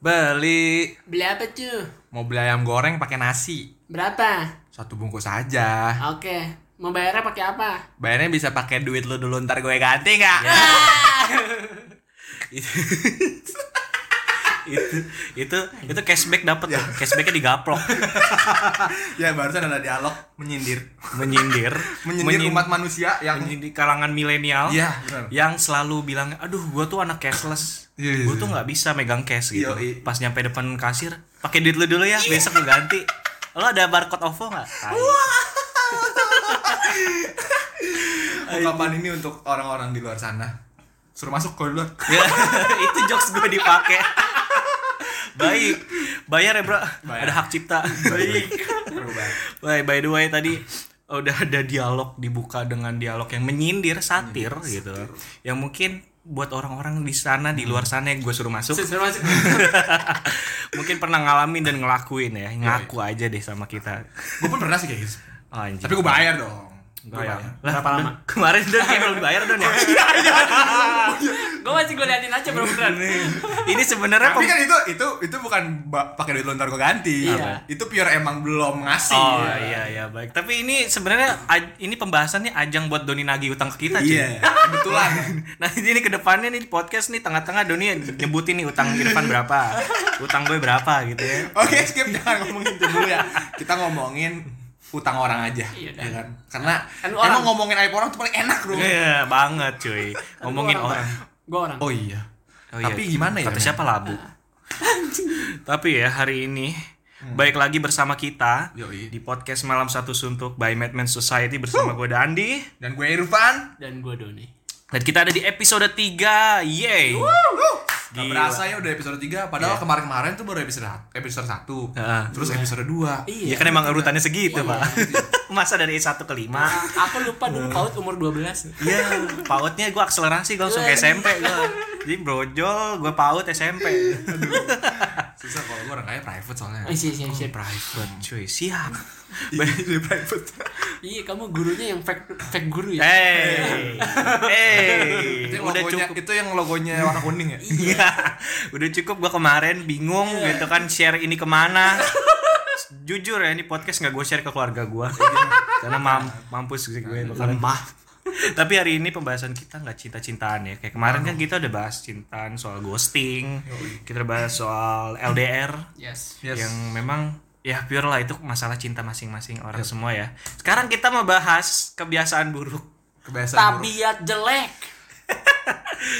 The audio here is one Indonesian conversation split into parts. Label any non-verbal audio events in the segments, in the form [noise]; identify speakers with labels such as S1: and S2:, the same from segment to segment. S1: Beli.
S2: Beli apa cu?
S1: Mau beli ayam goreng pakai nasi.
S2: Berapa?
S1: Satu bungkus aja.
S2: Oke. Mau bayarnya pakai apa?
S1: Bayarnya bisa pakai duit lu dulu ntar gue ganti nggak?
S3: Ya.
S1: itu,
S3: itu itu itu cashback dapat
S1: Iya.
S3: tuh cashbacknya digaplok
S1: [laughs] ya barusan ada dialog menyindir.
S3: menyindir
S1: Menyindir
S3: menyin-
S1: umat manusia yang
S3: menyindir Ya. kalangan milenial
S1: Iya, benar.
S3: yang selalu bilang aduh gua tuh anak cashless
S1: Iya, iya,
S3: gua
S1: iya.
S3: tuh nggak bisa megang cash gitu
S1: Yoi. Iya.
S3: pas nyampe depan kasir pakai duit lu dulu ya besok lu ganti lo ada barcode OVO nggak Tai.
S1: ungkapan ini untuk orang-orang di luar sana. Suruh masuk ke luar.
S3: Ya, [laughs] itu jokes gue dipakai baik bayar ya bro
S1: Bayar.
S3: ada hak cipta baik [laughs] By, by the way tadi oh, udah ada dialog dibuka dengan dialog yang menyindir satir gitu. Yang mungkin buat orang-orang di sana di luar sana yang gue suruh
S2: [laughs]
S3: masuk
S2: Suruh masuk.
S3: mungkin pernah ngalamin dan ngelakuin ya ngaku aja deh sama kita
S1: Gue pun pernah sih kayak gitu.
S3: oh, anjing.
S1: Tapi gue bayar dong. Gua
S3: Bayar.
S1: bayar.
S3: Lah,
S2: Berapa
S3: Don,
S2: lama?
S3: kemarin don kayak belum bayar don ya
S2: Gue masih gue liatin aja bro beneran.
S3: ini sebenarnya
S1: Tapi
S3: pem-
S1: kan itu itu itu bukan ba- pakai duit lu ntar gue ganti.
S2: Iya.
S1: Itu pure emang belum ngasih.
S3: Oh iya iya baik. Tapi ini sebenarnya aj- ini pembahasannya ajang buat Doni nagih utang ke kita, cuy.
S1: Iya, kebetulan.
S3: Nah ini kedepannya nih di podcast nih tengah-tengah Doni nyebutin nih utang di depan berapa, utang gue berapa gitu ya.
S1: Oke, skip jangan ngomongin itu dulu ya. Kita ngomongin utang orang aja,
S2: Iya,
S1: ya kan? Karena
S2: Kan
S1: emang
S2: orang.
S1: ngomongin aib orang tuh paling enak, Bro.
S3: Iya banget cuy, ngomongin orang.
S2: Gue orang.
S1: Oh iya.
S3: Oh, iya,
S1: Tapi
S3: cuy.
S1: gimana ya?
S3: Kata siapa labu? Tapi ya hari ini baik lagi bersama kita
S1: Hmm. Yoi.
S3: di podcast malam satu suntuk by Madman Society bersama gue Dandi
S1: Dan gue Irfan.
S2: Dan gue Doni.
S3: dan kita ada di episode 3
S1: Gak
S3: Yeay. Gila. Iya.
S1: berasa ya udah episode 3 Padahal kemarin-kemarin tuh baru episode episode 1
S3: Heeh.
S1: Terus episode 2
S3: Iya kan emang urutannya
S1: Iya,
S3: segitu pak [laughs] Masa dari 1 ke 5
S2: Ah, Aku lupa dulu paut umur 12
S3: Iya, pautnya gue akselerasi gua langsung ke
S1: Iya.
S3: SMP gue. Jadi brojol, gue paut SMP.
S1: Susah kalau gue orang kaya private soalnya
S2: Eh, siap, siap, siap.
S3: Private cuy, siap.
S1: Iya private
S2: Iya kamu gurunya yang fake, fake guru
S3: Eh.
S2: ya?
S1: Iya.
S3: Hey, hey,
S1: Itu yang
S3: Iya, udah
S1: logonya,
S3: cukup.
S1: itu yang logonya warna kuning ya?
S3: Iya, udah cukup gue kemarin bingung gitu kan share ini kemana. Jujur ya, ini podcast nggak gue share ke keluarga gue, karena mam mampus sih gue bakalan. Tapi hari ini pembahasan kita nggak cinta-cintaan ya. Kayak kemarin kan kita udah bahas cintaan soal ghosting, kita udah bahas soal LDR.
S2: Yes.
S1: Yes.
S3: yang memang ya pure lah itu masalah cinta masing-masing orang semua ya. Sekarang kita mau bahas kebiasaan buruk.
S1: Kebiasaan buruk.
S2: Tabiat jelek.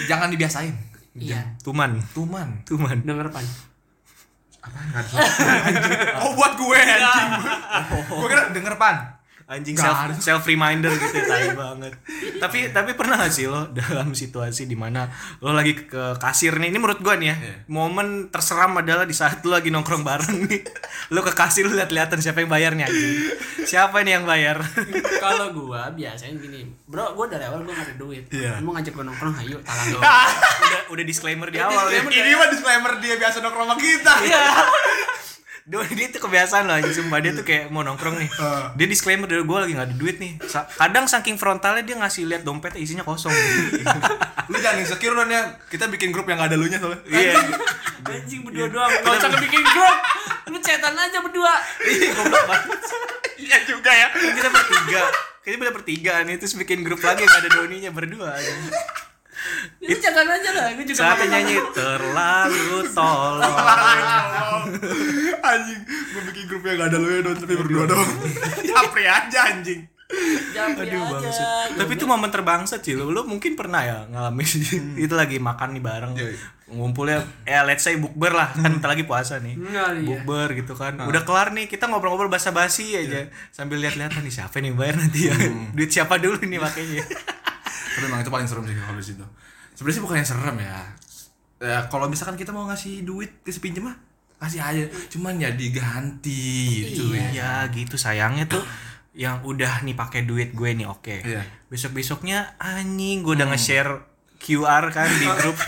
S1: Jangan dibiasain
S2: Iya.
S3: Tuman,
S1: Tuman
S3: tuman.
S2: Denger pan.
S1: Apa enggak Oh buat gue anjing Gue Oh. kira denger pan
S3: Anjing
S1: Nggak
S3: self
S1: ada.
S3: self reminder gitu [laughs] tai banget. tapi tapi pernah gak sih lo dalam situasi dimana lo lagi ke, ke kasir nih. Ini menurut gua nih ya.
S1: Iya.
S3: Momen terseram adalah di saat lo lagi nongkrong bareng nih. Lo ke kasir lo lihat-lihatan siapa yang bayarnya anjing. Siapa nih yang bayar? [laughs]
S2: Kalau gua biasanya gini, bro, gua dari awal gua gak ada duit.
S1: Iya.
S2: Mau ngajak gua nongkrong, ayo talang
S3: [laughs]
S2: dong.
S3: udah udah disclaimer di awal ya.
S1: Iya, Ini mah disclaimer dia biasa nongkrong sama kita
S3: Duh, dia tuh kebiasaan loh anjing sumpah dia tuh kayak mau nongkrong nih.
S1: Heeh.
S3: Dia disclaimer dari gue lagi gak ada duit nih. Sa- Kadang saking frontalnya dia ngasih lihat dompet isinya kosong.
S1: Lu jangan insecure Ron ya Kita bikin grup yang gak ada lunya soalnya
S3: [laughs] Iya.
S2: Anjing berdua doang, gak usah bikin grup. Lu cetan aja berdua.
S3: Iya goblok banget. [laughs] Iya juga ya. Kita bertiga. Kita udah bertiga nih terus bikin grup lagi gak ada doninya berdua.
S2: Lu cetan aja lah, gua juga
S3: Saatnya
S2: mau-
S3: nyanyi [laughs] terlalu tolong.
S1: [laughs] anjing gue bikin grup yang gak ada lu ya don tapi berdua doang [laughs] japri aja anjing
S2: Jampi
S3: Aduh
S2: aja.
S3: bangsat.
S2: Gua
S3: Tapi itu momen terbangsat sih. Lu, lu mungkin pernah ya ngalamin [laughs] itu lagi makan nih bareng.
S1: Iya, iya.
S3: Ngumpulnya eh let's say bukber lah. Kan bentar lagi puasa nih.
S2: Enggak, iya.
S3: Bukber gitu kan. Udah kelar nih kita ngobrol-ngobrol basa-basi aja sambil lihat-lihatan nih siapa nih yang bayar nanti ya. Duit siapa dulu nih makanya. [laughs]
S1: tapi emang itu paling serem sih kalau di situ sebenarnya sih bukan yang serem ya Eh, kalau misalkan kita mau ngasih duit ke si pinjem mah kasih aja cuman ya diganti gitu ya
S3: Iya gitu sayangnya tuh yang udah nih pakai duit gue nih oke.
S1: Iya.
S3: Besok-besoknya anjing gue udah nge-share QR kan di [laughs] grup.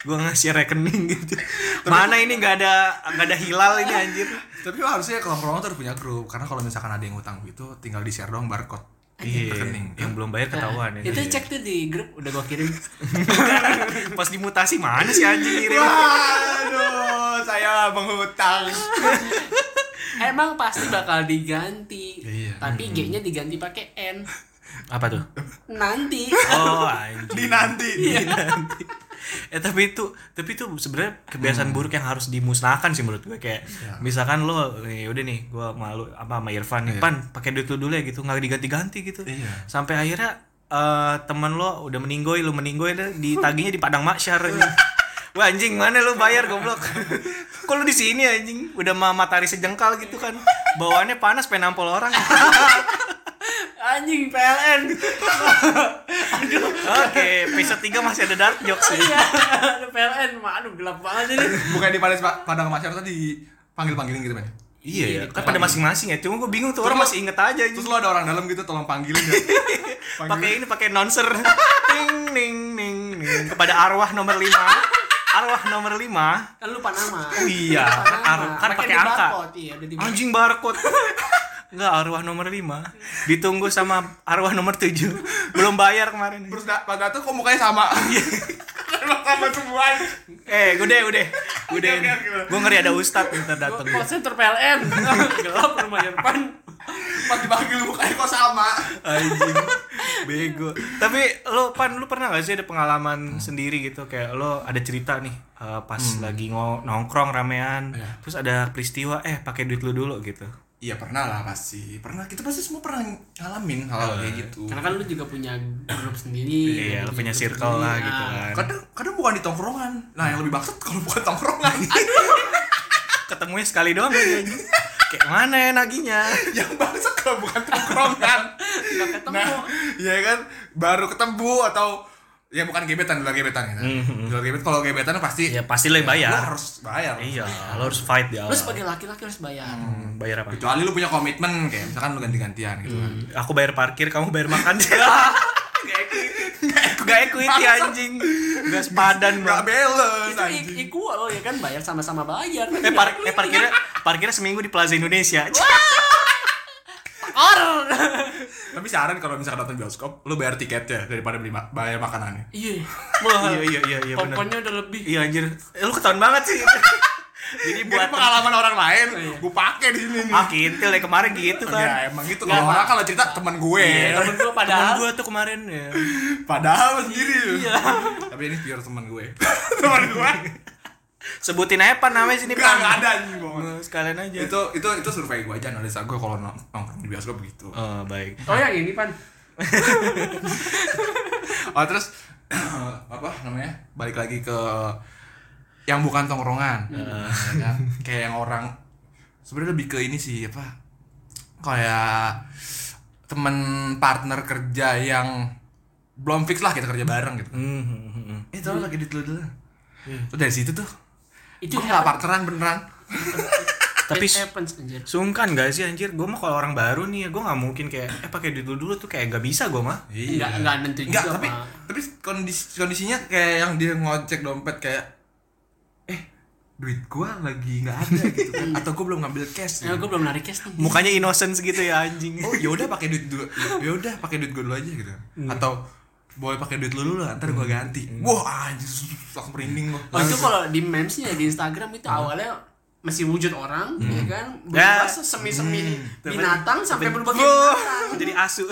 S3: gue nge-share rekening gitu. Mana ini nggak ada nggak ada hilal ini anjir.
S1: tapi harusnya kalau orang tuh harus punya grup karena kalau misalkan ada yang utang gitu tinggal di share doang barcode
S3: Iya,
S1: rekening
S3: yang belum bayar ketahuan ya.
S2: Itu cek tuh di grup udah gua kirim.
S3: Pas dimutasi mana sih anjing ngirim?
S1: Aduh,
S3: saya menghutang.
S2: Emang pasti bakal diganti.
S1: Iya.
S3: Hmm.
S2: Tapi G-nya diganti pakai N.
S3: Apa tuh?
S2: Nanti.
S3: Oh, anjing.
S1: di nanti
S3: Eh tapi itu tapi itu sebenarnya kebiasaan buruk yang harus dimusnahkan sih menurut gue kayak misalkan lo nih udah nih gue malu apa sama Irfan nih pan pakai duit lo dulu ya gitu nggak diganti-ganti gitu
S1: Iya.
S3: sampai akhirnya eh, temen lo udah meninggoy lo meninggoy lo ditagihnya di padang maksyar anjing. Wah anjing mana lo bayar goblok [laughs] kok lo di sini anjing udah sama matahari sejengkal gitu kan bawaannya panas pengen nampol orang
S2: Anjing PLN.
S3: oke episode 3 masih ada dark jokes sih
S2: Iya. ada PLN. Wah, Aduh gelap banget ini.
S1: bukan di padang padang masyarakat tadi panggil panggilin gitu men
S3: Iya, kan pada masing-masing ya. Cuma gue bingung tuh
S1: lo-
S3: orang masih inget aja. anjing.
S1: terus lo ada orang dalam gitu tolong panggilin
S3: [laughs]
S1: ya
S3: pakai ini pakai announcer [laughs] ting ning ning ning kepada arwah nomor 5 arwah nomor 5
S2: Kan lupa nama.
S3: iya
S2: Lupa nama.
S3: kan, kan
S2: Makanya di
S3: pakai angka
S2: barcode, Iya, udah di
S3: anjing [laughs] barcode Enggak, arwah nomor 5 Ditunggu sama arwah nomor 7 [laughs] Belum bayar kemarin
S1: terus da- pas datang kok mukanya sama
S3: Iya.
S1: Emang sama semua
S3: Eh, udah, udah Udah Gue ngeri ada ustad ntar dateng
S2: Call center PLN. [laughs] gelap rumah Irfan.
S1: [laughs] pas dipanggil mukanya kok sama
S3: Anjing Bego Tapi lo, Pan, lu pernah gak sih ada pengalaman sendiri gitu Kayak lo ada cerita nih eh, Pas lagi ngo- nongkrong ramean
S1: Iya.
S3: Terus ada peristiwa Eh, pakai duit lu dulu gitu
S1: iya pernah lah pasti pernah kita pasti semua pernah ngalamin hal kayak gitu
S2: Karena kan lu juga punya grup sendiri.
S3: Iya, lu punya
S2: grup
S3: circle lah
S2: sendiri.
S3: gitu
S2: Ah.
S3: kan
S1: kadang kadang bukan di tongkrongan nah yang lebih bangsat kalau bukan
S3: [laughs]
S1: tongkrongan
S3: Iya. Ketemunya sekali doang gitu, anjing. Kayak mana ya naginya
S1: [laughs] yang bangsat kalau bukan
S3: [laughs]
S1: tongkrongan
S2: Nggak ketemu.
S1: nah ya kan baru ketemu atau ya bukan gebetan di luar gebetan gitu Di
S3: Hmm,
S1: luar gebetan kalau gebetan pasti
S3: Ya pasti lo yang
S1: ya,
S3: bayar
S1: lu harus bayar
S3: Iya, lo harus fight di
S2: Lu
S3: awal
S2: sebagai laki-laki harus bayar.
S3: Hmm, Bayar apa?
S1: kecuali lu punya komitmen kayak misalkan lu ganti-gantian gitu kan
S3: Aku bayar parkir, kamu bayar makan Gak equity anjing Gak sepadan
S1: Hmm. nggak
S3: bro
S1: balance
S2: Itu
S1: anjing
S2: i- equal ya kan bayar sama-sama bayar.
S3: Eh, par eh parkirnya, parkirnya seminggu di Plaza Indonesia
S2: Or.
S1: tapi saran kalau misalkan nonton bioskop lu bayar tiketnya daripada beli ma- bayar makanannya
S2: Iya.
S3: Wah, iya iya iya iya benar.
S2: Komponnya udah lebih.
S3: Iya anjir. Eh, lu ketahuan banget sih. Jadi
S1: Jadi
S3: buat
S1: pengalaman orang lain
S2: Oh, iya.
S1: gue pakai di sini nih
S3: ah kintil ya kemarin gitu kan.
S1: ya emang gitu kalau orang kalau cerita teman gue
S2: Iya, temen gue
S3: Temen
S2: padahal
S3: gua tuh kemarin ya.
S1: padahal sendiri
S2: Iya.
S1: tapi ini pure teman [laughs] gue teman gue
S3: Sebutin aja pan namanya sini
S1: nggak
S3: pan.
S1: nggak ada anjing bohongan
S3: Eh, Sekalian aja.
S1: itu itu itu survei gue aja analisa gue kalau nong- nongkrong di bioskop gitu. begitu
S3: Oh, baik.
S2: Oh yang ini pan.
S1: oh terus [clears throat] apa namanya balik lagi ke yang bukan tongkrongan ya kan? kayak yang orang sebenarnya lebih ke ini sih apa kayak temen partner kerja yang belum fix lah kita kerja bareng gitu
S3: Hmm, hmm, hmm, hmm.
S1: itu lagi diteluduran tuh dari situ tuh
S2: Itu ya,
S1: gue nggak partneran beneran
S3: Tapi
S2: Tapi
S3: s-
S2: happens anjir.
S3: sungkan gak sih anjir? Gua mah kalau orang baru nih ya gua nggak mungkin kayak eh pakai duit lu dulu tuh kayak gak bisa gua mah.
S2: Enggak enggak nentu juga.
S1: Enggak, tapi
S2: Pak.
S1: tapi kondisi kondisinya kayak yang dia ngocek dompet kayak eh duit gua lagi nggak ada gitu kan
S2: Iya.
S1: atau gua belum ngambil cash
S2: Ya,
S1: gitu.
S2: gue belum narik cash nih.
S3: Mukanya innocent gitu ya anjing. [laughs]
S1: oh yaudah pakai duit dulu yaudah pakai duit gua dulu aja gitu
S2: Iya.
S1: atau boleh pakai duit lu dulu lah ntar gua ganti wah anjir langsung merinding gua
S2: Hmm. Oh itu kalau di memesnya di Instagram itu
S3: Nah.
S2: awalnya masih wujud orang, ya kan?
S3: Ya.
S2: Berubah semi-semi binatang sampai berubah kayak
S3: Wah,
S2: binatang.
S3: jadi asu.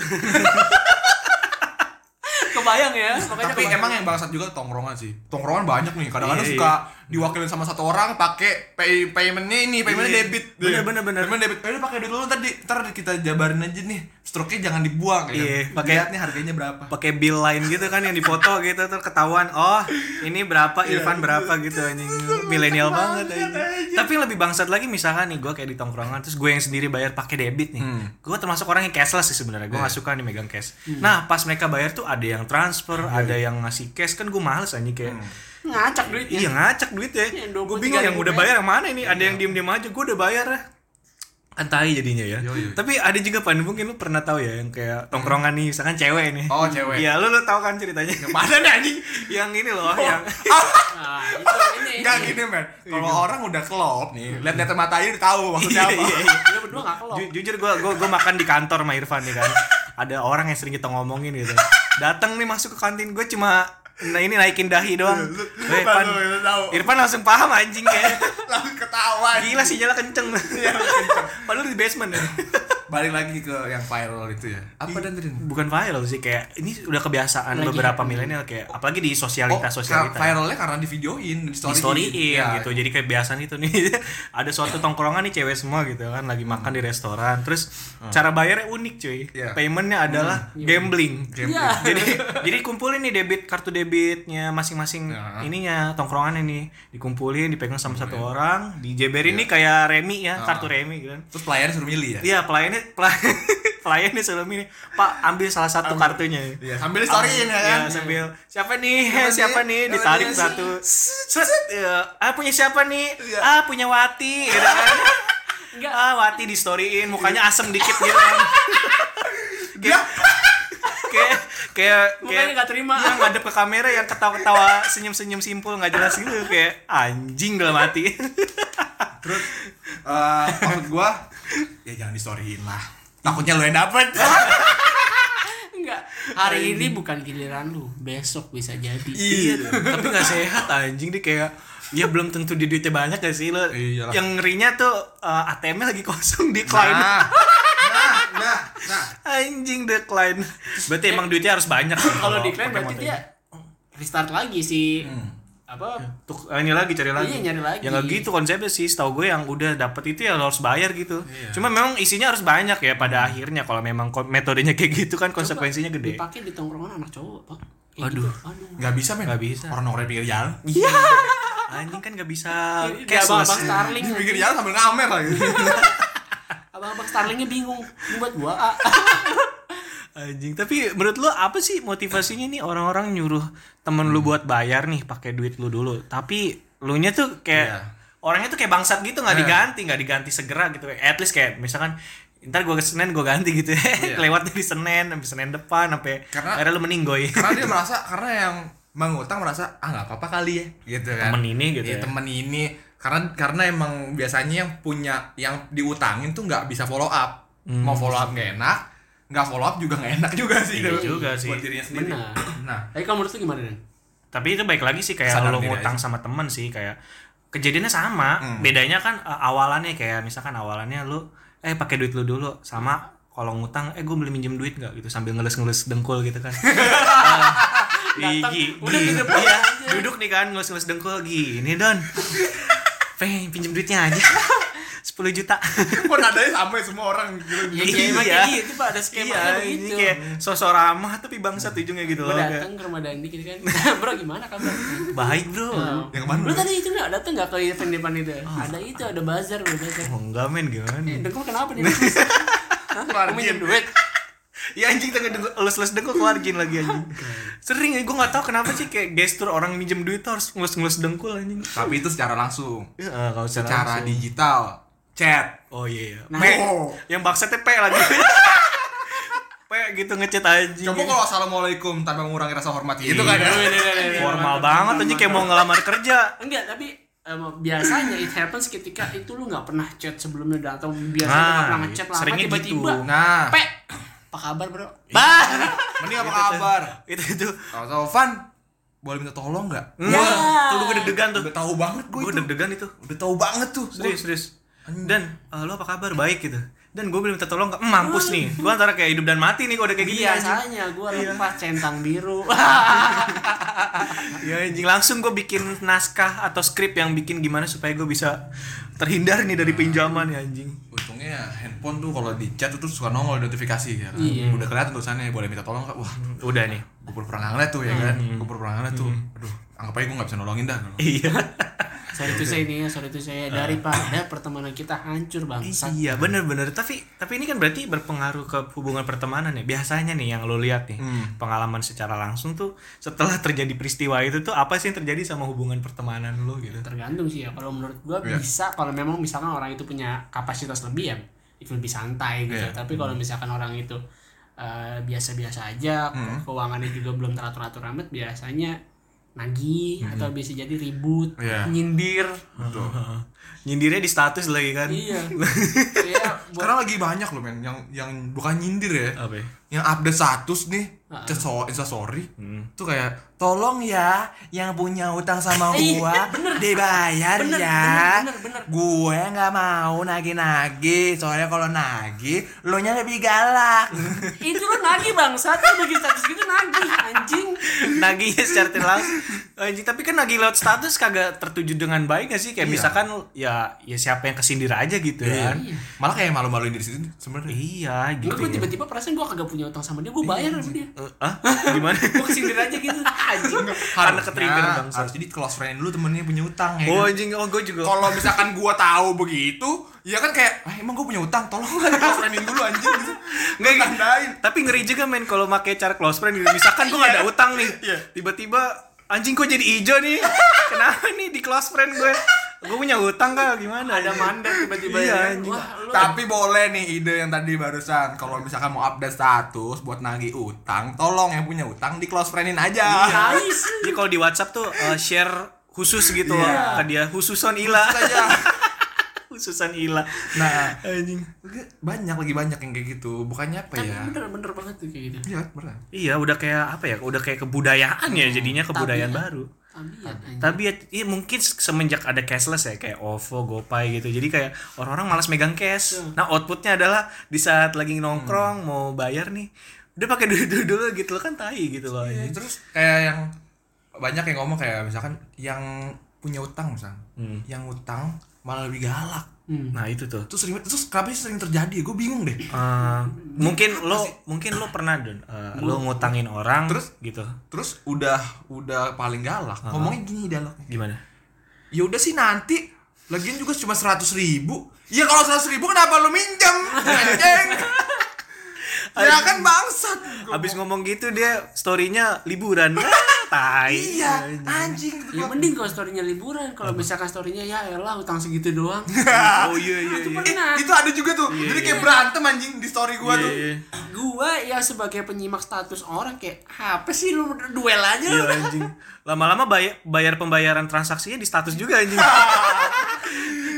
S2: Kebayang ya? Makanya
S1: tapi
S2: kebayang.
S1: emang yang bangsat juga tongkrongan sih tongkrongan banyak nih kadang-kadang
S3: Iya,
S1: suka diwakilin sama satu orang pakai pay paymentnya ini paymentnya
S3: Iya.
S1: debit
S3: Bener, bener, bener.
S1: payment debit eh udah pakai dulu ntar di, ntar kita jabarin aja nih struknya jangan dibuang ya
S3: Iya,
S1: kan?
S3: pakai-
S1: lihat nih harganya berapa
S3: [laughs] pakai bill lain gitu kan yang dipoto gitu terus ketahuan oh ini berapa Irfan berapa gitu [laughs] anjing milenial banget anjing. tapi yang lebih bangsat lagi misalkan nih gue kayak di tongkrongan terus gue yang sendiri bayar pakai debit nih gue termasuk orang yang cashless sih sebenarnya gue nggak suka nih megang cash nah pas mereka bayar tuh ada yang transfer ada yang ngasih cash kan gue males anjing kayak
S2: ngacak duitnya.
S3: Iya ngacak duit ya.
S2: Iya, 23
S3: Gue bingung yang
S2: ribu
S3: udah bayar yang mana ini. Ada
S1: Iya.
S3: yang diem-diem aja. Gue udah bayar ya. Antai jadinya ya.
S1: Yo, yo.
S3: Tapi ada juga pan mungkin lu pernah tahu ya yang kayak tongkrongan nih, misalkan cewek nih.
S1: Oh, cewek.
S3: Iya, lu lu tahu kan ceritanya.
S1: [laughs] mana nih anjing
S3: [laughs] yang ini loh, yang
S2: Nah, itu
S3: Iya.
S2: ini.
S1: Enggak gini men kalau orang udah kelop nih lihat lihat mata aja udah tahu maksudnya
S3: [laughs] gitu.
S1: apa
S3: Hmm. [laughs] Iya, iya,
S1: [laughs]
S3: iya.
S2: Lu berdua enggak kelop.
S3: Ju- jujur gue gua, gua makan di kantor sama Irfan nih kan. Ada orang yang sering kita ngomongin gitu. Datang nih masuk ke kantin gue cuma nah ini naikin dahi doang. Weh, Irfan,
S1: Lu- lu tahu.
S3: Irfan langsung paham
S1: [laughs]
S3: anjing ya.
S1: langsung ketawa
S3: Gila sinyalnya kenceng.
S1: Iya,
S3: [laughs] Padahal di basement ya.
S1: balik lagi ke yang viral itu ya apa
S3: Iya.
S1: dan tadi
S3: Bukan viral sih kayak ini udah kebiasaan
S2: Lagi
S3: beberapa
S2: happening.
S3: milenial kayak apalagi di
S1: Oh,
S3: sosialita
S1: kar-
S3: sosialita.
S1: viralnya karena di videoin, di
S3: di
S1: storyin.
S3: storyin
S1: Ya,
S3: ya. gitu jadi kayak biasa gitu nih [laughs] ada suatu tongkrongan nih cewek semua gitu kan lagi makan di restoran terus cara bayarnya unik cuy
S1: Iya.
S3: paymentnya adalah
S2: Hmm.
S3: gambling
S1: Gambling.
S2: Iya.
S3: jadi [laughs] jadi kumpulin nih debit kartu debitnya masing-masing
S1: Ya.
S3: ininya tongkrongan ini dikumpulin dipegang sama satu orang dijeberin nih kayak remi ya kartu remi gitu kan
S1: Terus pelayan suruh milih ya.
S3: iya pelayannya [laughs] pelayan pelayannya sebelum ini pak ambil salah satu kartunya
S1: Iya, sambil di storyin ya kan.
S3: Iya, sambil siapa nih?
S1: Siapa
S3: Siapa,
S1: nih? Siapa
S3: nih? Ditarik
S1: nih?
S3: satu. Set, ya. ah punya siapa nih?
S1: Iya.
S3: Ah punya Wati. Gitu kan.
S2: Enggak.
S3: Ah Wati di storyin, mukanya asem dikit gitu kan.
S1: Dia
S3: Kayak kayak
S2: Mukanya nggak terima.
S3: Iya, ngadep ke kamera yang ketawa-ketawa senyum-senyum simpul nggak jelas gitu kayak anjing dalam hati.
S1: terus eh maksud gua ya jangan di storyin lah. Takutnya lu yang dapet.
S2: Enggak. Hari ini bukan giliran lu, besok bisa jadi.
S1: Iya.
S3: Tapi nggak sehat anjing dia kayak ya belum tentu di duitnya banyak gak sih lo.
S1: Iyalah.
S3: Yang ngerinya tuh eh, ATM-nya lagi kosong decline.
S1: Nah, nah, nah, nah.
S3: Anjing decline. [laughs] Berarti emang duitnya harus banyak.
S2: Kalau decline berarti dia restart lagi si
S3: Hmm.
S2: apa?
S3: tuh ini lagi cari lagi.
S2: Iya, nyari lagi.
S3: Yang lagi itu konsepnya sih, setahu gue yang udah dapet itu ya lo harus bayar gitu. Cuma memang isinya harus banyak ya pada akhirnya kalau memang kon- metodenya kayak gitu kan konsekuensinya gede.
S2: Dipakai di tongkrongan anak cowok, Pak. Kayak
S3: Waduh.
S2: gitu. Aduh.
S1: Nggak bisa men.
S3: Nggak bisa.
S1: Orang nongkrong di pinggir jalan.
S2: [laughs]
S3: Iya. Anjing kan gak bisa
S2: Ini dia
S3: cashless.
S2: abang-abang Starling.
S1: Di pinggir jalan sambil ngamer lagi.
S2: Abang-abang Starlingnya bingung. Ini buat gua. ah.
S3: Anjing, tapi menurut lo apa sih motivasinya nih orang-orang nyuruh temen
S1: Hmm.
S3: lu buat bayar nih pakai duit lu dulu. Tapi lu nya tuh kayak
S1: Iya.
S3: orangnya tuh kayak bangsat gitu nggak
S1: Iya.
S3: diganti, nggak diganti segera gitu. At least kayak misalkan ntar gue ke Senin gue ganti gitu ya. [laughs] Lewat dari Senin sampai Senin depan sampai
S1: Iya. Karena-
S3: akhirnya lu meninggoy.
S1: karena dia merasa karena yang mengutang merasa ah nggak apa-apa kali ya gitu kan
S3: Temen ini gitu
S1: Iya,
S3: ya.
S1: temen ini karena karena emang biasanya yang punya yang diutangin tuh nggak bisa follow up
S3: Hmm.
S1: mau follow up nggak enak nggak follow up juga nggak enak juga sih
S3: Iya
S1: itu.
S3: juga sih.
S1: buat dirinya sendiri
S2: Benar.
S1: nah
S2: Tapi kalau menurut lu gimana, Den?
S3: tapi itu baik lagi sih kayak
S1: Sadar
S3: lo
S1: diri
S3: ngutang sama temen sih kayak kejadiannya sama
S1: Hmm.
S3: bedanya kan eh, awalannya kayak misalkan awalannya lu eh pakai duit lu dulu sama kalau ngutang eh gue boleh minjem duit nggak gitu sambil ngelus-ngelus dengkul
S2: [laughs]
S3: gitu kan Eh, di
S2: Datang,
S3: gi-
S2: udah
S3: gi-
S2: di depan
S3: iya,
S2: aja.
S3: duduk nih kan ngelus-ngelus dengkul gini
S2: [laughs]
S3: don pengen pinjem duitnya aja [laughs] 10 juta
S1: kok nadanya sama ya semua orang gitu
S2: Ya,
S3: Iya.
S2: kayak kayak gitu, Pak. Ada skema
S3: iya ini
S2: begitu.
S3: kayak sosok ramah tapi bangsat ujungnya gitu
S2: Gua
S3: loh kayak,
S2: datang ke rumah Dandi gitu kan. [laughs] Bro, gimana kabar?
S3: baik bro
S2: Oh.
S1: Yang kemarin
S2: Lu
S1: udah-
S2: tadi itu nggak datang nggak ke event depan itu? Ada itu, ada bazar, ada bazar.
S3: Ah. oh, enggak men gimana
S2: Eh, Dengkul kenapa
S3: [laughs]
S2: nih? Hah? Kamu minjem duit?
S3: Ya anjing tengah les-les dengkul keluar jin lagi anjing. Sering ya gue nggak tahu kenapa sih kayak gestur orang minjem duit tuh harus ngelus-ngelus dengkul anjing.
S1: tapi itu secara langsung
S3: Ya kalau
S1: secara digital chat
S3: Oh iya. iya.
S2: Nah.
S3: P.
S1: Oh.
S3: Yang baksatnya P lagi. P gitu ngechat anjing.
S1: coba kalau assalamualaikum tanpa mengurangi rasa hormat itu kan ya
S3: iya. formal banget anjing kayak mau ngelamar kerja.
S2: Enggak, tapi em, biasanya it happens ketika itu lu nggak pernah chat sebelumnya dan atau biasanya
S3: Nah,
S2: nggak pernah ngechat lama
S3: seringnya
S2: tiba-tiba
S3: gitu.
S1: nah
S2: pe apa kabar bro
S3: Iya.
S2: bah
S1: mending apa kabar
S3: Itu itu.
S1: kalau Taufan boleh minta tolong nggak
S3: Wah, tuh gue degan Iya. tuh.
S1: udah tahu banget gue
S3: Gue
S1: itu
S3: deg-degan itu.
S1: udah tahu banget tuh
S3: serius serius dan eh, lo apa kabar baik gitu dan gue belum minta tolong nggak? Mm, mampus nih gue antara kayak hidup dan mati nih kalau udah kayak
S1: Iya,
S3: gini Iya, anjing.
S2: biasanya gue lepas centang biru
S3: [laughs] ya anjing langsung gue bikin naskah atau skrip yang bikin gimana supaya gue bisa terhindar nih dari pinjaman ya anjing
S1: untungnya handphone tuh kalau di chat tuh suka nongol notifikasi ya kan
S2: Iya.
S1: udah kelihatan tulisannya boleh minta tolong nggak wah
S3: udah nih
S1: gue pernah pernah ngeliat tuh ya kan gue pernah pernah ngeliat tuh aduh anggap aja gue nggak bisa nolongin dah
S3: iya [laughs]
S2: sorry itu saya ini ya, sorry itu saya daripada pertemanan kita hancur bangsat
S3: iya bener-bener tapi tapi ini kan berarti berpengaruh ke hubungan pertemanan ya biasanya nih yang lo lihat nih pengalaman secara langsung tuh setelah terjadi peristiwa itu tuh apa sih yang terjadi sama hubungan pertemanan lo gitu
S2: tergantung sih ya kalau menurut gue
S3: Iya.
S2: bisa kalau memang misalkan orang itu punya kapasitas lebih ya itu lebih santai gitu
S1: Iya.
S2: tapi
S3: Hmm.
S2: kalau misalkan orang itu eh, biasa-biasa aja ke-
S3: Hmm.
S2: keuangannya juga belum teratur-atur amat biasanya nagih
S3: Hmm.
S2: atau bisa jadi ribut
S1: Iya.
S2: nyindir
S1: betul
S3: Oh. nyindirnya di status lagi kan
S2: iya Iya, buat-
S1: sekarang lagi banyak loh men yang yang bukan nyindir ya
S3: apa ya?
S1: yang update status nih uh sorry
S2: Hmm.
S1: tuh kayak tolong ya yang punya utang sama
S2: [laughs] Iya,
S1: gua dibayar
S2: Bener,
S1: ya
S2: bener, bener, bener.
S1: gue nggak mau nagih-nagih soalnya kalau nagih lo nya lebih galak
S2: itu lu nagih bangsat lu bagi status gitu nagih anjing
S3: [laughs] nagihnya secara tidak langsung anjing tapi kan nagih lewat status kagak tertuju dengan baik gak sih kayak misalkan ya ya siapa yang kesindir aja gitu kan
S2: Iya.
S1: malah kayak malu-maluin diri sendiri sebenarnya
S3: iya
S2: Enggak,
S3: gitu
S2: gue
S3: ya.
S2: tiba-tiba perasaan gue kagak punya utang sama dia, gue bayar sama dia.
S3: Eh, ah? gimana
S2: Gue kesindir aja
S3: [laughs]
S2: gitu. Anjing.
S3: karena ketrigger
S1: Harusnya,
S3: bangsa
S1: harus jadi close friend lu temennya punya utang ya
S3: [laughs] oh
S1: kan?
S3: anjing oh gue juga
S1: kalau misalkan gua tahu begitu ya kan kayak ah, emang gua punya utang tolong lah di close friendin dulu anjing gitu
S3: Nggak,
S1: Lu tandain
S3: tapi ngeri juga men kalau pakai cara close friend gitu. misalkan gue gak ada utang nih tiba-tiba anjing gue jadi ijo nih [laughs] kenapa nih di close friend gue gue punya utang kah gimana
S2: Ada mandat tiba-tiba
S3: Iya,
S2: ya.
S3: anjing.
S2: Wah, lu
S1: tapi boleh nih ide yang tadi barusan kalau misalkan mau update status buat nagih utang tolong yang punya utang di close friendin
S3: Iya.
S1: aja Iya.
S2: guys.
S3: jadi kalau di WhatsApp tuh eh, share khusus gitu
S1: Iya.
S3: loh ke dia khususon ila [laughs]
S1: Terus aja
S3: khususan ila
S1: nah
S3: anjing
S1: banyak lagi banyak yang kayak gitu bukannya apa
S2: Tapi
S1: ya
S2: bener-bener banget tuh kayak gitu.
S1: iya bener
S3: iya udah kayak apa ya udah kayak kebudayaan ya
S1: Hmm,
S3: jadinya kebudayaan
S2: tabiat.
S3: baru
S2: Tabiat anjing.
S3: tapi ya, iya, mungkin semenjak ada cashless ya kayak OVO, GoPay gitu. Jadi kayak orang-orang malas megang cash.
S2: Hmm.
S3: Nah, outputnya adalah di saat lagi nongkrong
S1: Hmm.
S3: mau bayar nih, udah pakai duit dulu, dulu gitu loh kan tai gitu loh.
S1: Ya,
S3: anjing.
S1: terus kayak yang banyak yang ngomong kayak misalkan yang punya utang misalkan
S3: Hmm.
S1: yang utang malah lebih galak
S2: Hmm.
S3: Nah, itu tuh.
S1: terus sering terus kenapa sih sering terjadi gue bingung deh
S3: Eh, mungkin lo mungkin lo pernah Don, eh, lo ngutangin orang
S1: Terus?
S3: gitu.
S1: terus udah udah paling galak ngomongnya gini dialognya
S3: Gimana?
S1: ya udah sih nanti lagian juga cuma seratus ribu ya kalau seratus ribu kenapa lu minjem
S3: [laughs]
S1: anjing ya kan bangsat
S3: Habis ngomong gitu dia story-nya liburan. [laughs] Ah, tai.
S1: iya [laughs] anjing gitu
S2: Ya
S1: gua.
S2: mending kalau storynya liburan, kalau misalkan storynya ya elah utang segitu
S3: [laughs]
S2: doang.
S3: Oh iya iya iya.
S1: Eh, itu ada juga tuh jadi kayak berantem anjing di story gua
S3: Iya,
S1: tuh
S3: iya.
S2: gua ya sebagai penyimak status orang kayak apa sih lu duel aja
S3: Iya
S2: lu. [laughs]
S3: anjing. Lama-lama bayar, bayar pembayaran transaksinya di status juga anjing.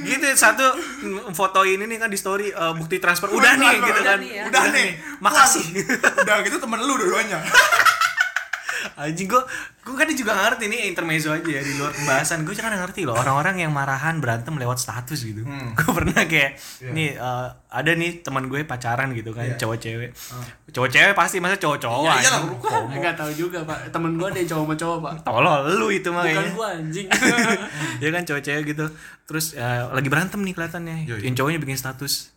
S3: gitu satu mm, foto ini nih kan di story eh, bukti transfer udah nih gitu kan.
S2: nih ya.
S1: udah nih
S3: Makasih. [laughs]
S1: udah gitu temen lu dua-duanya
S3: Anjing gua gua kan juga nggak ngerti nih intermezzo aja ya di luar pembahasan. Gua juga nggak ngerti loh orang-orang yang marahan berantem lewat status gitu. [laughs] Gua pernah kayak nih eh, ada nih teman gue pacaran gitu kan cowok cewek. Cowok cewek pasti masa cowok cowok.
S1: Ya iyalah, bro.
S2: Enggak tahu juga, Pak. Temen gua ada yang cowok sama cowok,
S3: Oh,
S2: Pak.
S3: Tolol lu itu mah
S2: Bukan
S3: kayaknya.
S2: gua
S3: [laughs]
S2: anjing. [laughs]
S3: ya kan cowok-cewek gitu terus eh, lagi berantem nih kelihatannya
S1: Yoi.
S3: yang cowoknya bikin status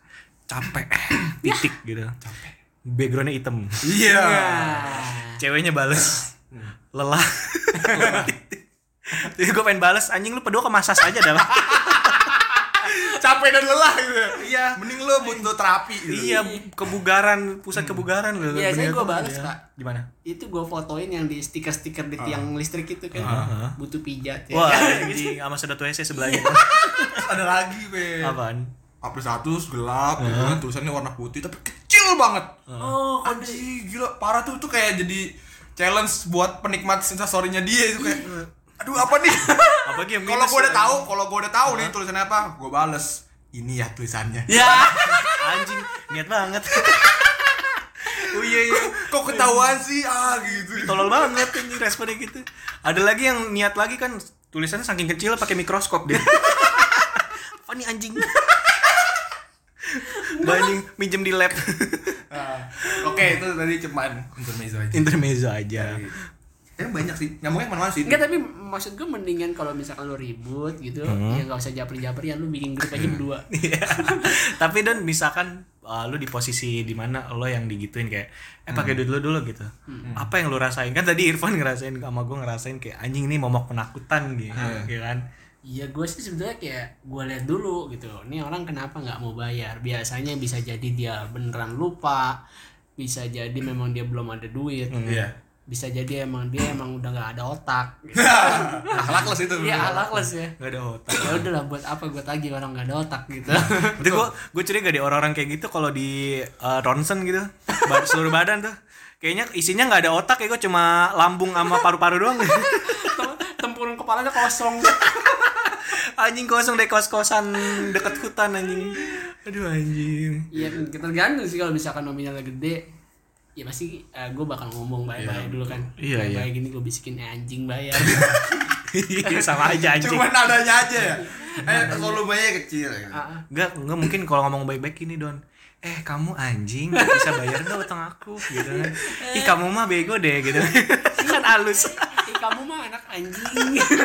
S3: capek [coughs] titik gitu capek Ya. backgroundnya hitam
S1: iya
S3: Ah.
S2: Nah.
S3: ceweknya bales [laughs] lelah Titik. jadi gue pengen bales anjing lu pedua ke masas aja dah
S1: capek dan lelah gitu
S3: Iya.
S1: mending lu butuh terapi gitu
S3: [laughs] iya kebugaran pusat kebugaran lu
S2: Iya, saya
S3: Bener
S2: gua
S3: tuh,
S2: bales,
S3: iya.
S2: Kak.
S3: gimana
S2: itu gue fotoin yang di stiker-stiker di tiang listrik itu kan butuh pijat ya
S3: Ah. wah anjing sama sedot WC sebelahnya
S1: Terus ada lagi be
S3: apaan
S1: HP status gelap gitu kan tulisannya warna putih tapi kecil banget
S2: oh
S1: anjing gila parah tuh tuh kayak jadi challenge buat penikmat sensory-nya dia itu kayak
S2: Iya.
S1: aduh apa
S3: [laughs]
S1: nih
S3: apa game
S1: kalau gua udah tahu kalau gua udah tahu nih tulisannya apa gua bales ini ya tulisannya
S3: [laughs] ya anjing niat banget oh iya iya
S1: [laughs] kok ketahuan sih ah gitu
S3: tolol banget ini responnya gitu ada lagi yang niat lagi kan tulisannya saking kecil pakai mikroskop [laughs] dia apa nih
S2: [laughs]
S3: anjing banding minjem di lab
S1: Ah, oke itu tadi cuman intermezzo aja
S3: [laughs] intermezzo aja
S1: Emang banyak sih, nyambungnya kemana-mana sih
S2: enggak tapi maksud gue mendingan kalau misalkan lu ribut gitu
S3: Hmm.
S2: ya nggak usah japer-japerian lu bikin grup
S3: Iya.
S2: aja berdua
S3: [laughs] tapi don misalkan uh, lu di posisi dimana lo yang digituin kayak eh pakai duit lu dulu gitu apa yang lu rasain kan tadi Irfan ngerasain sama gue ngerasain kayak anjing ini momok penakutan gitu ya kan
S2: Iya gue sih sebenarnya kayak gue lihat dulu gitu. Ini orang kenapa nggak mau bayar? Biasanya bisa jadi dia beneran lupa, bisa jadi memang dia belum ada duit,
S1: Iya
S2: bisa jadi emang dia emang udah nggak ada otak. gitu.
S1: [laughs] Akhlakles itu
S2: Iya alakles ya.
S3: nggak ada otak
S2: Ya udahlah buat apa gue tagih orang nggak ada otak gitu. [laughs]
S3: Berarti gue gue curiga deh orang-orang kayak gitu kalau di eh, ronsen gitu ba- seluruh badan tuh kayaknya isinya nggak ada otak ya gue cuma lambung sama paru-paru doang [laughs]
S2: Tem- Tempurung kepalanya kosong.
S3: anjing kosong deh kos-kosan deket hutan anjing [laughs] aduh anjing
S2: Iya tergantung sih kalau misalkan nominalnya gede ya pasti gue bakal ngomong
S1: Iya,
S2: bye-bye dulu kan
S3: Iya,
S2: bye-bye
S3: iya.
S2: gini gue bisikin "Eh, anjing bayar
S3: sama aja anjing
S1: Cuman nadanya aja ya. Eh, volumenya kecil. ya.
S2: Ah, ah.
S3: Enggak, enggak mungkin kalau ngomong baik-baik ini Don. Eh kamu anjing gak bisa bayar nggak utang aku gitu kan. Ih kamu mah bego deh gitu. [laughs] kan halus.
S2: Eh, kamu mah anak anjing [laughs]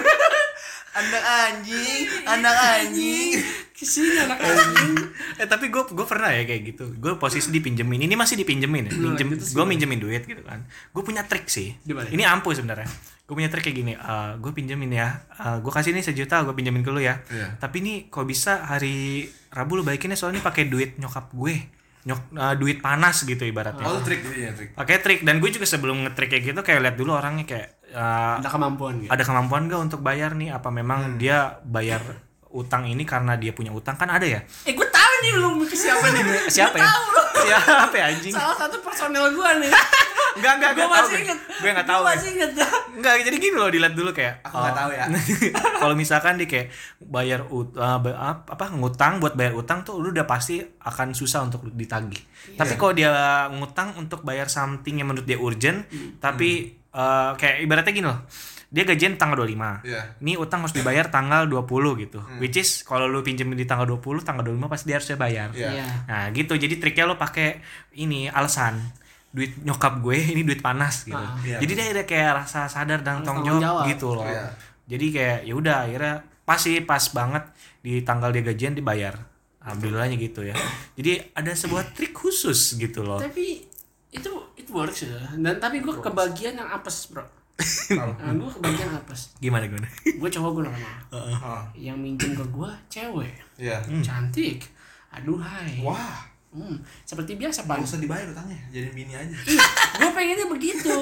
S1: Anak anjing, anak anjing.
S2: kesini anak anjing
S3: Eh tapi gue gue pernah ya kayak gitu. Gue posisi dipinjemin. Ini masih dipinjemin ya.
S1: Iya,
S3: Minjem, gue minjemin duit gitu kan. Gue punya trik sih.
S2: Gimana?
S3: Ini ampuh sebenarnya. Gue punya trik kayak gini. Eh gue pinjemin ya. Eh gue kasih ini sejuta. Gue pinjemin ke lu ya.
S1: Iya.
S3: Tapi ini kalau bisa hari Rabu lu baikinnya soalnya ini pakai duit nyokap gue. Nyok eh, duit panas gitu ibaratnya.
S1: Oh, itu trik jadinya trik.
S3: pakai trik dan gue juga sebelum ngetrik kayak gitu kayak lihat dulu orangnya kayak uh,
S2: ada kemampuan gitu
S3: ada kemampuan gak untuk bayar nih apa
S1: Hmm.
S3: memang dia bayar utang ini karena dia punya utang kan ada ya
S2: eh gue tahu nih lu mikir siapa nih
S3: siapa ya siapa ya anjing
S2: salah satu personel gue nih
S3: enggak enggak
S2: gue
S3: nggak tahu
S2: masih
S3: gue.
S2: inget
S3: gue nggak tahu
S2: gue masih inget
S3: enggak jadi gini loh dilihat dulu kayak
S1: Aku nggak
S3: oh,
S1: tahu ya.
S3: [laughs] kalau misalkan dia kayak bayar ut uh, ba- ap- apa ngutang buat bayar utang tuh lu udah pasti akan susah untuk ditagih.
S1: Iya.
S3: Tapi kalau dia ngutang untuk bayar something yang menurut dia urgent,
S1: Hmm.
S3: tapi uh, kayak ibaratnya gini loh. Dia gajian tanggal 25.
S1: Iya. Hmm.
S3: Ini utang harus dibayar tanggal 20 gitu. Which is kalau lu pinjemin di tanggal 20, tanggal 25 pasti dia harusnya bayar.
S1: Iya.
S2: Iya.
S3: Nah, gitu. Jadi triknya lo pakai ini alasan duit nyokap gue [laughs] ini duit panas gitu.
S2: Ah.
S1: Iya.
S3: Jadi dia ada kayak rasa sadar dan
S2: Harus
S3: tanggung
S2: tanggung
S3: jawab
S2: jawab.
S3: gitu loh.
S1: Iya.
S3: Jadi kayak ya udah akhirnya pas sih pas banget di tanggal dia gajian dibayar. Alhamdulillahnya gitu ya. Jadi ada sebuah trik khusus gitu loh.
S2: tapi itu it works ya dan tapi gue kebagian yang apes bro nah, gue kebagian apes
S3: Gimana gimana?
S2: gue cowok gue normal
S1: Heeh.
S2: yang minjem ke gue cewek
S1: Iya.
S2: Hmm.
S3: Hmm.
S2: cantik aduhai
S1: Wah,
S2: hmm, seperti biasa pan
S1: nggak usah dibayar utangnya, jadi bini aja.
S2: gue pengennya begitu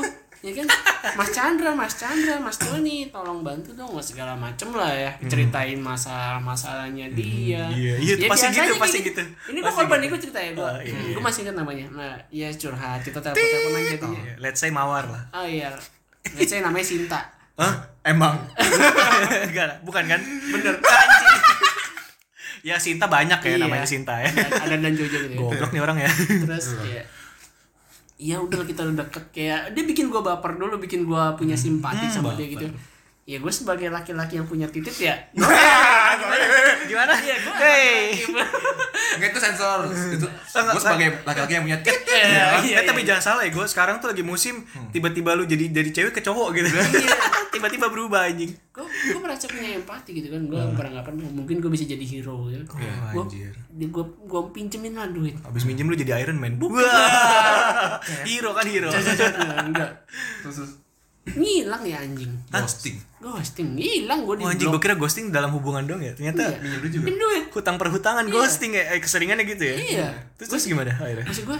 S2: ya kan Mas Chandra Mas Chandra Mas Doni tolong bantu dong segala macem lah ya ceritain masalah masalahnya dia
S3: Hmm. iya. Iya,
S2: Ya, biasanya
S3: pasti gitu,
S2: kayak
S3: pasti gitu.
S2: ini gue
S3: Pasti
S2: korban
S3: gitu.
S2: gue cerita ya gue
S3: Oh, iya, iya.
S2: gue masih ingat namanya nah ya curhat kita telepon teleponan
S3: [laughs]
S2: jadinya
S3: Ya, Let's say mawar
S2: [laughs]
S3: lah.
S2: oh iya let's say namanya Sinta
S3: Hah? Emang? Enggak, bukan kan? Bener. Anjing. [laughs] ya Sinta banyak ya
S2: Iya.
S3: namanya Sinta ya.
S2: ada dan Jojo gitu ya.
S3: Goblok nih orang ya. [laughs]
S2: terus kayak ya udah kita udah deket kayak dia bikin gua baper dulu bikin gua punya
S3: Hmm.
S2: simpati sama dia gitu ya gue sebagai laki-laki yang punya titik
S3: [laughs]
S2: ya
S3: Gimana?
S2: Iya, gua
S3: Hey. [laughs]
S1: Enggak itu sensor. Itu
S3: Enggak,
S1: gue sebagai laki-laki yang punya tit.
S3: Ya,
S2: Iya, iya,
S3: eh, Hmm. tapi jangan salah ya, gue sekarang tuh lagi musim tiba-tiba lu jadi dari cewek ke cowok gitu. [laughs] tiba-tiba berubah anjing.
S2: gue gue merasa punya empati gitu kan gue beranggapan mungkin gue bisa jadi hero gitu
S3: Hmm. Oh, anjir.
S2: gue gue pinjemin lah
S3: [laughs]
S2: duit
S3: Abis minjem lu jadi Iron Man. Wah. [laughs] hero kan hero.
S2: Nah, enggak
S1: Terus terus
S2: ngilang ya anjing
S1: ghosting.
S2: ghosting ngilang gue di
S3: Wah Oh, anjing, gue
S2: blok
S3: kira ghosting dalam hubungan dong ya. Ternyata
S1: Minjem lu juga.
S2: pinjem duit
S3: hutang perhutangan ghosting ya, eh, keseringannya gitu ya.
S2: Iya.
S3: Terus, terus gimana akhirnya?
S2: maksud gue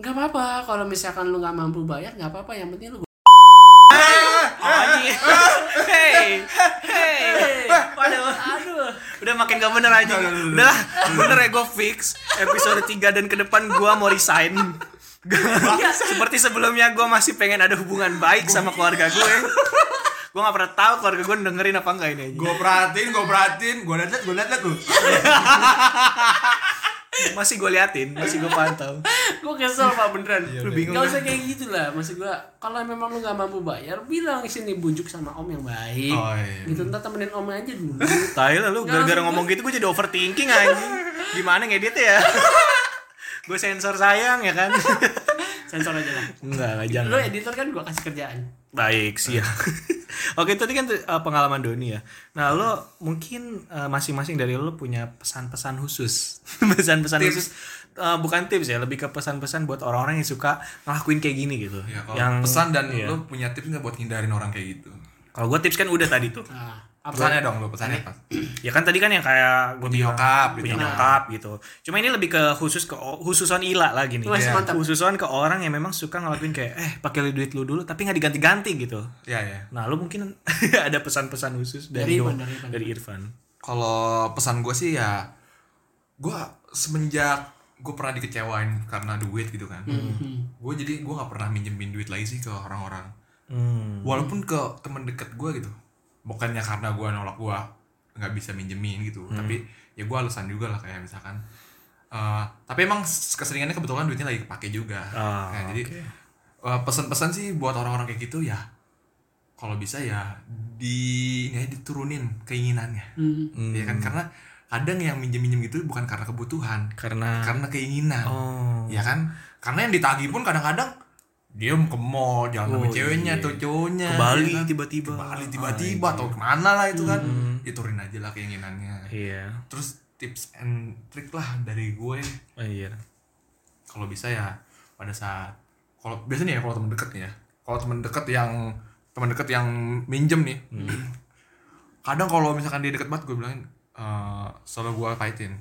S2: nggak apa-apa kalau misalkan lu nggak mampu bayar nggak apa-apa yang penting lu
S3: Oh, Anjing. Hey. [laughs] Hey.
S2: Eh,
S3: Waduh.
S2: aduh
S3: Udah makin gak bener aja. Udah lah, bener ya gue fix episode 3 dan ke depan gue mau resign. Gua- Seperti sebelumnya gue masih pengen ada hubungan baik sama keluarga gue. Gue gak pernah tahu keluarga gue dengerin apa enggak ini. Gua
S1: Gue perhatiin, gue perhatiin, gue liat-liat, gue liat-liat lu.
S3: masih gue liatin, masih gue pantau.
S2: gue kesel pak beneran
S1: Iya,
S3: Lu bingung.
S2: Gak usah kayak gitu lah Maksud gue Kalau memang lu gak mampu bayar Bilang sini bujuk sama om yang baik
S1: Oh, iya.
S2: Gitu ntar temenin om aja dulu
S3: Tai lah lu gara-gara ngomong gitu gue jadi overthinking anjing. Gimana ngedit ya? gue sensor sayang ya kan?
S2: [laughs] Sensor aja lah
S3: Enggak, enggak jangan.
S1: Iya.
S2: Lu editor kan gue kasih kerjaan
S3: Baik,
S1: [laughs]
S3: siap. Oke, tadi kan eh, pengalaman Doni ya. Nah, lo mungkin eh, masing-masing dari lo punya pesan-pesan khusus. [laughs] pesan-pesan
S1: Tips.
S3: khusus eh, bukan tips ya, lebih ke pesan-pesan buat orang-orang yang suka ngelakuin kayak gini gitu.
S1: Ya, kalau
S3: yang
S1: pesan dan
S3: iya.
S1: lu punya tips nggak buat hindarin orang kayak gitu?
S3: Kalau gue tips kan udah tadi tuh.
S2: Nah apa
S1: Pesannya dong lu, pesannya pas.
S3: Ya kan tadi kan yang kayak gue
S1: Punya Iya. nyokap gitu.
S3: punya nyokap gitu. Cuma ini lebih ke khusus ke khususon ila lah gini.
S2: Wes,
S1: Iya.
S2: mantap
S3: Khususon ke orang yang memang suka ngelakuin kayak eh pakai duit lu dulu tapi nggak diganti-ganti gitu.
S1: Ya ya.
S3: Nah, lu mungkin [laughs] ada pesan-pesan khusus dari
S2: Dari
S3: lo-
S2: Irfan, dari Irfan.
S3: dari Irfan.
S1: Kalau pesan gue sih ya, gue semenjak gue pernah dikecewain karena duit gitu kan. Gue jadi gue nggak pernah minjemin duit lagi sih ke orang-orang.
S3: Hmm.
S1: Walaupun ke temen deket gue gitu. Bukannya karena gue nolak gue nggak bisa minjemin gitu.
S3: Hmm.
S1: Tapi ya gue alasan juga lah kayak misalkan. eh, tapi emang s- keseringannya kebetulan duitnya lagi kepake juga.
S3: Ah,
S1: nah, jadi
S3: oke.
S1: eh, pesan-pesan sih buat orang-orang kayak gitu ya kalau bisa ya di ini aja diturunin keinginannya
S2: Hmm.
S1: ya kan karena kadang yang minjem-minjem gitu bukan karena kebutuhan
S3: karena
S1: karena keinginan
S3: oh
S1: ya kan karena yang ditagih pun kadang-kadang dia ke mall jalan sama
S3: Oh,
S1: ceweknya
S3: iya.
S1: atau cowoknya
S3: ke Bali
S1: ya kan?
S3: tiba-tiba Ah, Hmm.
S1: ke Bali tiba-tiba atau kemana lah itu kan diturunin aja lah keinginannya
S3: iya
S1: terus tips and trick lah dari gue
S3: iya
S1: kalau bisa ya pada saat kalau biasanya ya kalau teman dekat nih ya kalau teman dekat yang teman dekat yang minjem nih kadang kalau misalkan dia deket banget gue bilangin eh soalnya gue kaitin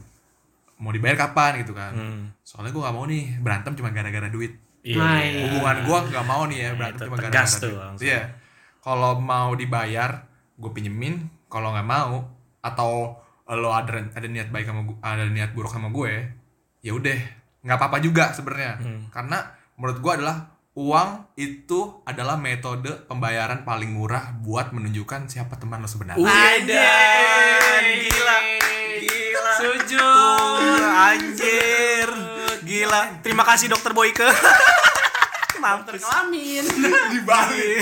S1: mau dibayar kapan gitu kan
S3: Hmm.
S1: soalnya gue gak mau nih berantem cuma gara-gara duit
S3: Iya.
S2: Nah, iya.
S1: hubungan gue gak mau nih ya berantem
S3: itu
S1: cuma
S3: tegas
S1: gara-gara
S3: tuh
S1: duit.
S3: langsung.
S1: iya kalau mau dibayar gue pinjemin kalau nggak mau atau lo ada ada niat baik sama gu- ada niat buruk sama gue ya udah nggak apa-apa juga sebenarnya
S3: Hmm.
S1: karena menurut gue adalah uang itu adalah metode pembayaran paling murah buat menunjukkan siapa teman lo sebenarnya
S3: Udan, gila, gila. Iya,
S2: Sujud.
S3: anjir, gila. Terima kasih dokter Boyke. [laughs] Mampus.
S2: [laughs] Kelamin.
S1: di Bali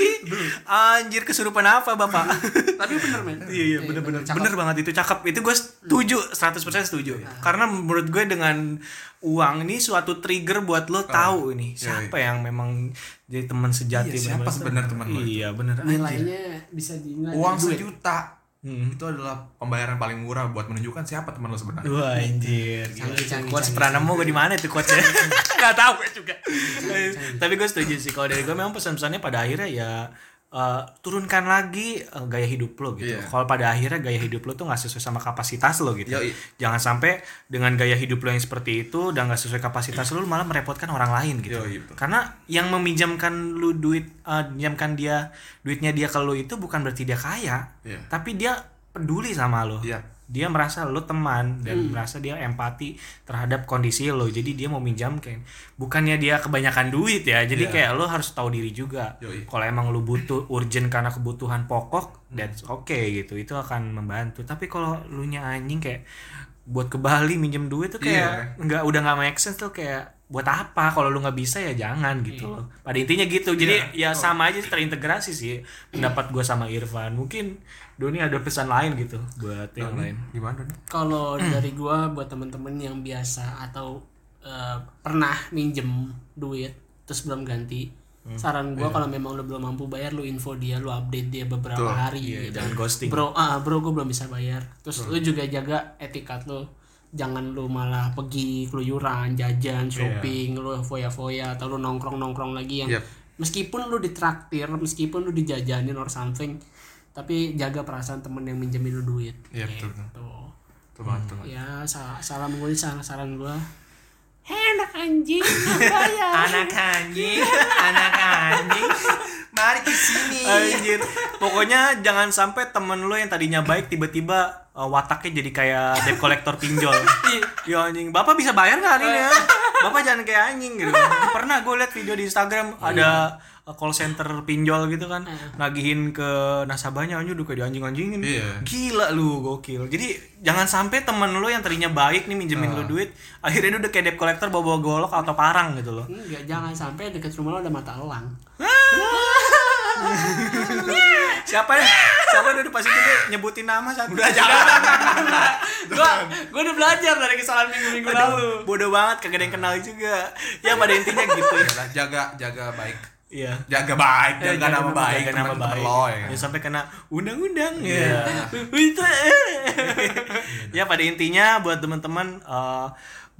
S3: [laughs] Anjir kesurupan apa bapak?
S2: Tapi bener men.
S3: Iya iya bener-bener bener banget itu cakep itu gue setuju 100% setuju
S1: Iya.
S3: karena menurut gue dengan uang ini suatu trigger buat lo tahu ini
S1: iya,
S3: siapa yang memang jadi teman sejati
S1: Iya, siapa
S3: bener-bener.
S1: sebenarnya teman lo itu?
S3: iya bener anjir
S2: Nilainya bisa ya. dinilai
S1: uang
S2: dari duit.
S1: sejuta
S3: Hmm.
S1: itu adalah pembayaran paling murah buat menunjukkan siapa teman lo sebenarnya
S3: Wah anjir
S2: Canggih, canggih, canggih,
S3: Quotes Pranomo gue di mana itu quotesnya [laughs] Gak tau gue juga Tapi gue setuju sih Kalau dari gue memang pesan-pesannya pada akhirnya ya eh, Turunkan lagi eh, gaya hidup lo gitu
S1: Iya.
S3: Kalau pada akhirnya gaya hidup lo tuh gak sesuai sama kapasitas lo gitu
S1: Yoi.
S3: Jangan sampai dengan gaya hidup lo yang seperti itu Dan gak sesuai kapasitas lo lo malah merepotkan orang lain gitu
S1: Yoi, betul.
S3: Karena yang meminjamkan lu duit eh, Minjamkan dia Duitnya dia ke lo itu bukan berarti dia kaya
S1: Iya.
S3: Tapi dia peduli sama lo
S1: Iya.
S3: dia merasa lo teman dan merasa dia empati terhadap kondisi lo jadi dia mau minjamkan bukannya dia kebanyakan duit ya jadi kayak lo harus tahu diri juga
S1: Yoi.
S3: kalau emang lo butuh urgent karena kebutuhan pokok that's okay gitu itu akan membantu tapi kalau lu nya anjing kayak buat ke Bali minjem duit tuh kayak nggak udah nggak make sense tuh kayak buat apa kalau lu nggak bisa ya jangan gitu loh pada intinya gitu jadi ya sama aja terintegrasi sih pendapat gua sama Irfan mungkin Doni ada pesan lain gitu buat yang lain Hmm.
S1: gimana Don?
S2: kalau dari gua buat temen-temen yang biasa atau eh, pernah minjem duit terus belum ganti saran gua kalau memang lu belum mampu bayar lu info dia lu update dia beberapa hari
S3: Iya,
S2: gitu.
S3: jangan ghosting
S2: bro ah bro gue belum bisa bayar terus lu juga jaga etikat lu jangan lu malah pergi keluyuran jajan shopping lu foya-foya atau lu nongkrong-nongkrong lagi yang
S1: Yep.
S2: meskipun lu ditraktir meskipun lu dijajanin or something tapi jaga perasaan temen yang minjemin lu duit
S1: Iya, betul, betul.
S2: Gitu.
S1: Tuh banget, tuh banget.
S2: ya sa- salam gue saran saran gue Hei anak anjing, ya? [laughs] bayar.
S3: anak anjing anak anjing mari ke sini anjir pokoknya jangan sampai temen lo yang tadinya baik tiba-tiba uh, wataknya jadi kayak debt collector pinjol ya anjing bapak bisa bayar nggak hari ini ya? bapak jangan kayak anjing gitu pernah gue liat video di Instagram ada uh, call center pinjol gitu kan nagihin ke nasabahnya anjir udah kayak dianjing-anjingin
S1: Iya.
S3: Gila lu gokil. Jadi jangan sampai temen lu yang tadinya baik nih minjemin lu duit, akhirnya dia udah kayak debt collector bawa-bawa golok atau parang gitu loh.
S2: Enggak, jangan sampai deket rumah lo ada mata elang.
S3: Siapa ya? Siapa yang udah pasti dia nyebutin nama satu.
S1: Eh,
S3: Udah
S2: Gua, gua udah belajar dari kesalahan minggu-minggu lalu.
S3: Bodoh banget kagak ada yang kenal juga. Ya pada intinya gitu.
S1: Adalah jaga jaga baik
S3: Iya.
S1: jaga baik
S3: Eh,
S1: jaga, nama Iya. baik
S3: jaga nama baik.
S1: lo ya
S3: Ya, sampai kena undang-undang ya. Itu eh. ya pada intinya buat teman-teman eh,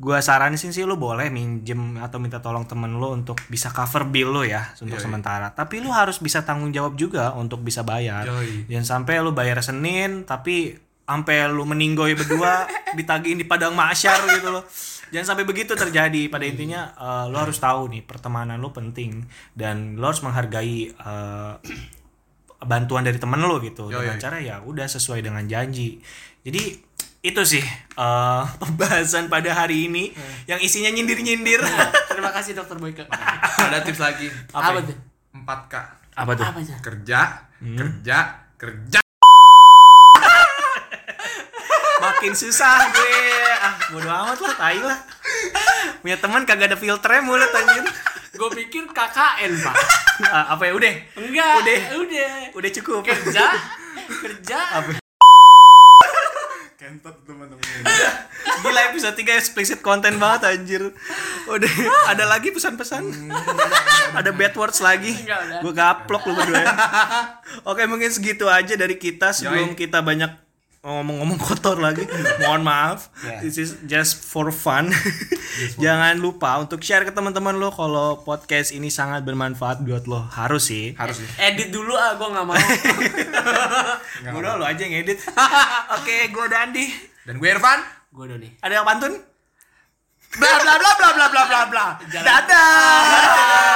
S3: gua saranin sih lu boleh minjem atau minta tolong temen lu untuk bisa cover bill lo ya untuk sementara. Tapi lu harus bisa tanggung jawab juga untuk bisa bayar.
S1: Yoi.
S3: Jangan sampai lu bayar Senin tapi sampai lu meninggoy [laughs] berdua ditagihin di padang masyar gitu loh. Jangan sampai begitu terjadi. Pada intinya eh, lu harus tahu nih pertemanan lu penting dan lu harus menghargai eh, bantuan dari temen lu gitu. dengan cara ya udah sesuai dengan janji. Jadi itu sih eh, [laughs] pembahasan pada hari ini yang isinya nyindir-nyindir.
S2: Terima kasih dokter Boyke.
S1: ada tips lagi
S2: Apa tuh?
S1: 4 k
S3: Apa tuh?
S2: Apa tuh?
S1: kerja kerja kerja
S3: makin susah gue ah bodo amat lah tai lah punya teman kagak ada filternya mulut anjir
S2: gue pikir KKN pak
S3: Ah, apa ya udah
S2: enggak
S3: Udah.
S2: udah udah
S3: udah cukup
S2: kerja kerja
S1: Kentot teman-teman.
S3: gila episode 3 explicit content banget anjir udah ada lagi pesan-pesan ada bad words lagi
S2: Enggak, udah.
S3: gue gaplok lu berdua ya. oke mungkin segitu aja dari kita sebelum
S1: Yoi.
S3: kita banyak ngomong-ngomong kotor lagi mohon maaf this is just for fun [laughs] jangan lupa untuk share ke teman-teman lo kalau podcast ini sangat bermanfaat buat lo harus sih
S1: Harus sih.
S2: edit dulu ah gue nggak mau
S3: udah lo aja yang edit oke gue Dandi
S1: Dan gue Irfan.
S2: gue Doni
S3: ada pantun bla bla bla bla bla bla bla bla dadah